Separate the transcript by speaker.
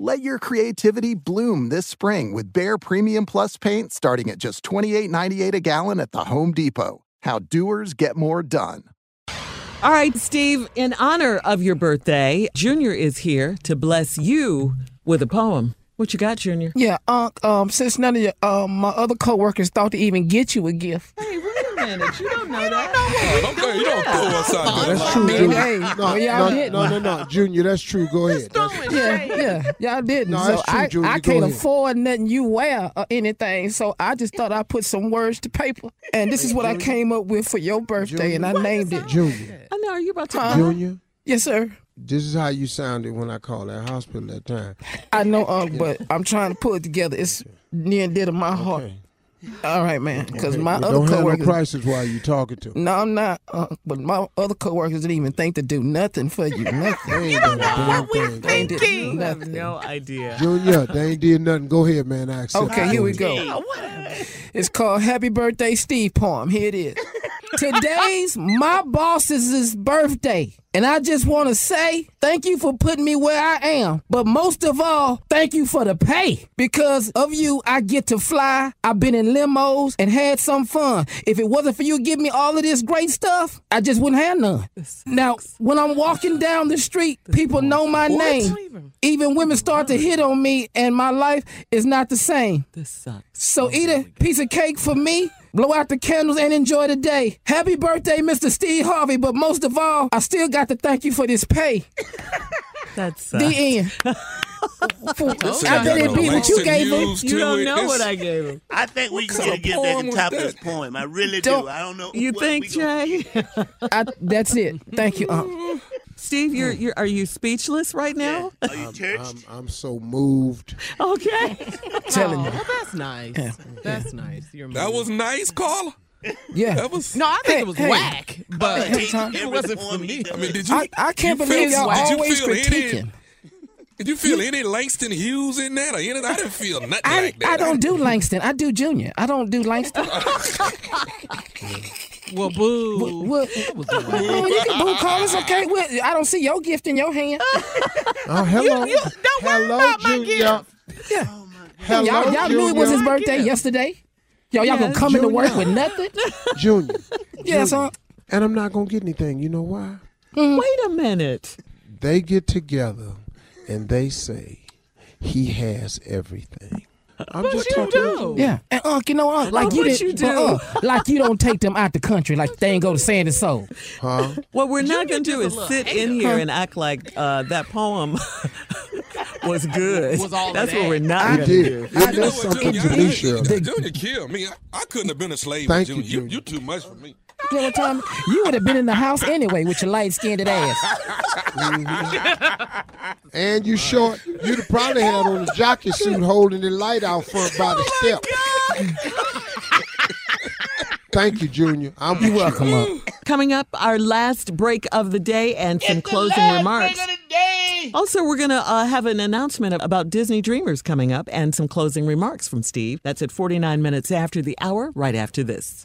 Speaker 1: Let your creativity bloom this spring with Bare Premium Plus paint starting at just $28.98 a gallon at the Home Depot. How doers get more done.
Speaker 2: All right, Steve, in honor of your birthday, Junior is here to bless you with a poem. What you got, Junior?
Speaker 3: Yeah, Unc, um, since none of your, um, my other coworkers thought to even get you a gift.
Speaker 2: Hey, wait a minute. You don't know that.
Speaker 4: Okay, you don't throw us out there.
Speaker 3: That's
Speaker 4: like
Speaker 3: true,
Speaker 4: that.
Speaker 3: dude. Hey, no,
Speaker 5: no,
Speaker 3: y'all didn't.
Speaker 5: no, no, no, Junior, that's true. Go ahead. That's-
Speaker 3: Yeah, yeah, y'all didn't.
Speaker 5: No,
Speaker 3: so
Speaker 5: that's true,
Speaker 3: I,
Speaker 5: Junior.
Speaker 3: I
Speaker 5: Go
Speaker 3: can't
Speaker 5: ahead.
Speaker 3: afford nothing you wear or anything. So I just thought I'd put some words to paper, and this is what I came up with for your birthday, and I named it.
Speaker 5: Junior,
Speaker 2: I know. Are you about to?
Speaker 5: Junior,
Speaker 3: Yes, sir.
Speaker 5: this is how you sounded when I called that hospital that time.
Speaker 3: I know, Unc, but I'm trying to pull it together. It's near and dear to my heart.
Speaker 5: Okay.
Speaker 3: All right, man, because my
Speaker 5: Well,
Speaker 3: other
Speaker 5: don't have no
Speaker 3: coworkers.
Speaker 5: crisis while you talking to. him.
Speaker 3: no, I'm not. Unc, but my other coworkers didn't even think to do nothing for you. Nothing.
Speaker 5: They ain't done a damn thing.
Speaker 3: They did nothing.
Speaker 2: No idea.
Speaker 5: Junior, they ain't did nothing. Go ahead, man. I accept
Speaker 3: Okay,
Speaker 5: it.
Speaker 3: here we go. It's called Happy Birthday Steve Palm. Here it is. Today's my boss's birthday, and I just want to say thank you for putting me where I am. But most of all, thank you for the pay. Because of you, I get to fly. I've been in limos and had some fun. If it wasn't for you giving me all of this great stuff, I just wouldn't have none. Now, when I'm walking down the street, people know my name. Even women start to hit on me, and my life is not the same.
Speaker 2: This sucks. Oh,
Speaker 3: So eat a piece of cake for me, blow out the candles, and enjoy the day. Happy birthday, Mr. Steve Harvey. But most of all, I still got to thank you for this pay.
Speaker 2: That
Speaker 3: The
Speaker 2: sucks.
Speaker 3: end. For, I
Speaker 4: got
Speaker 3: didn't
Speaker 4: no
Speaker 3: beat what
Speaker 4: legs
Speaker 3: you
Speaker 4: and
Speaker 3: gave me.
Speaker 4: views
Speaker 2: You
Speaker 4: to
Speaker 2: don't
Speaker 4: it.
Speaker 2: know
Speaker 4: It's-
Speaker 2: what I gave him.
Speaker 6: I think we
Speaker 4: kind
Speaker 6: need to
Speaker 4: of
Speaker 6: get
Speaker 4: poem
Speaker 6: back and
Speaker 4: was
Speaker 6: top
Speaker 4: that?
Speaker 6: this poem. I really
Speaker 3: Don't-
Speaker 6: do. I don't know.
Speaker 2: You
Speaker 6: what
Speaker 2: think,
Speaker 6: we gonna-
Speaker 2: Jay?
Speaker 3: I, that's it. Thank you, Unc.
Speaker 2: Steve, you're, you're are you speechless right now?
Speaker 6: Are you church?
Speaker 5: I'm, I'm so moved.
Speaker 2: Okay.
Speaker 3: Telling you.
Speaker 7: Oh, that's nice. That's nice. You're
Speaker 4: That was nice, caller.
Speaker 3: Yeah.
Speaker 4: That was.
Speaker 7: no, I think it was
Speaker 3: Hey, hey.
Speaker 7: whack, but
Speaker 3: Hey, Tom.
Speaker 7: it wasn't for me.
Speaker 4: I mean, did you?
Speaker 3: I, I can't
Speaker 4: you
Speaker 3: believe
Speaker 4: feel-
Speaker 3: y'all
Speaker 4: did you
Speaker 3: always
Speaker 4: feel
Speaker 3: critiquing.
Speaker 4: Any, did you feel any Langston Hughes in that or anything? I didn't feel nothing
Speaker 3: I,
Speaker 4: like that.
Speaker 3: I don't do Langston. I do Junior. I don't do Langston.
Speaker 7: Well, boo.
Speaker 3: Well, well, you can boo call. It's okay. Well, I don't see your gift in your hand.
Speaker 5: Oh, hello.
Speaker 7: you- don't worry
Speaker 5: hello,
Speaker 7: about my
Speaker 5: Junior.
Speaker 3: Yeah.
Speaker 5: Hello,
Speaker 3: y'all y'all knew it was
Speaker 5: Junior.
Speaker 3: his birthday yesterday. Yo, y'all gonna
Speaker 8: Yes.
Speaker 3: come into work
Speaker 8: Junior.
Speaker 3: with nothing?
Speaker 8: Junior.
Speaker 3: Yes,
Speaker 8: Junior.
Speaker 3: huh?
Speaker 8: And I'm not gonna get anything. You know why?
Speaker 1: Wait a minute.
Speaker 8: They get together and they say he has everything. I'm
Speaker 3: But
Speaker 8: just
Speaker 3: you
Speaker 8: talking.
Speaker 3: do. Yeah. And Unc, you know, Unc, like
Speaker 8: Oh,
Speaker 3: you
Speaker 8: what
Speaker 3: didn't,
Speaker 8: you do.
Speaker 3: but, Unc, like you don't take them out the country, like they ain't go to Sand and Soul.
Speaker 8: Huh?
Speaker 1: What we're not going to do
Speaker 3: a
Speaker 1: is
Speaker 3: little
Speaker 1: sit in
Speaker 3: hater.
Speaker 1: here and act like uh, that poem was good.
Speaker 9: Was all of
Speaker 1: That's
Speaker 9: that.
Speaker 1: what we're not
Speaker 9: I
Speaker 1: gonna
Speaker 9: did.
Speaker 1: do.
Speaker 9: I did something to me,
Speaker 8: Shirley.
Speaker 9: Junior killed me. I, I couldn't have been a slave.
Speaker 8: Thank
Speaker 9: to Junior.
Speaker 8: you,
Speaker 9: You, you too much for me.
Speaker 3: You know what time? You would have been in the house anyway with your light skinned ass.
Speaker 8: And you short. You'd have probably had on a jockey suit holding the light out front by the step. Thank you, Junior. I'm You're
Speaker 3: welcome.
Speaker 1: Coming up, our last break of the day and some closing remarks. Also, we're going to uh, have an announcement about Disney Dreamers coming up and some closing remarks from Steve. That's at 49 minutes after the hour, right after this.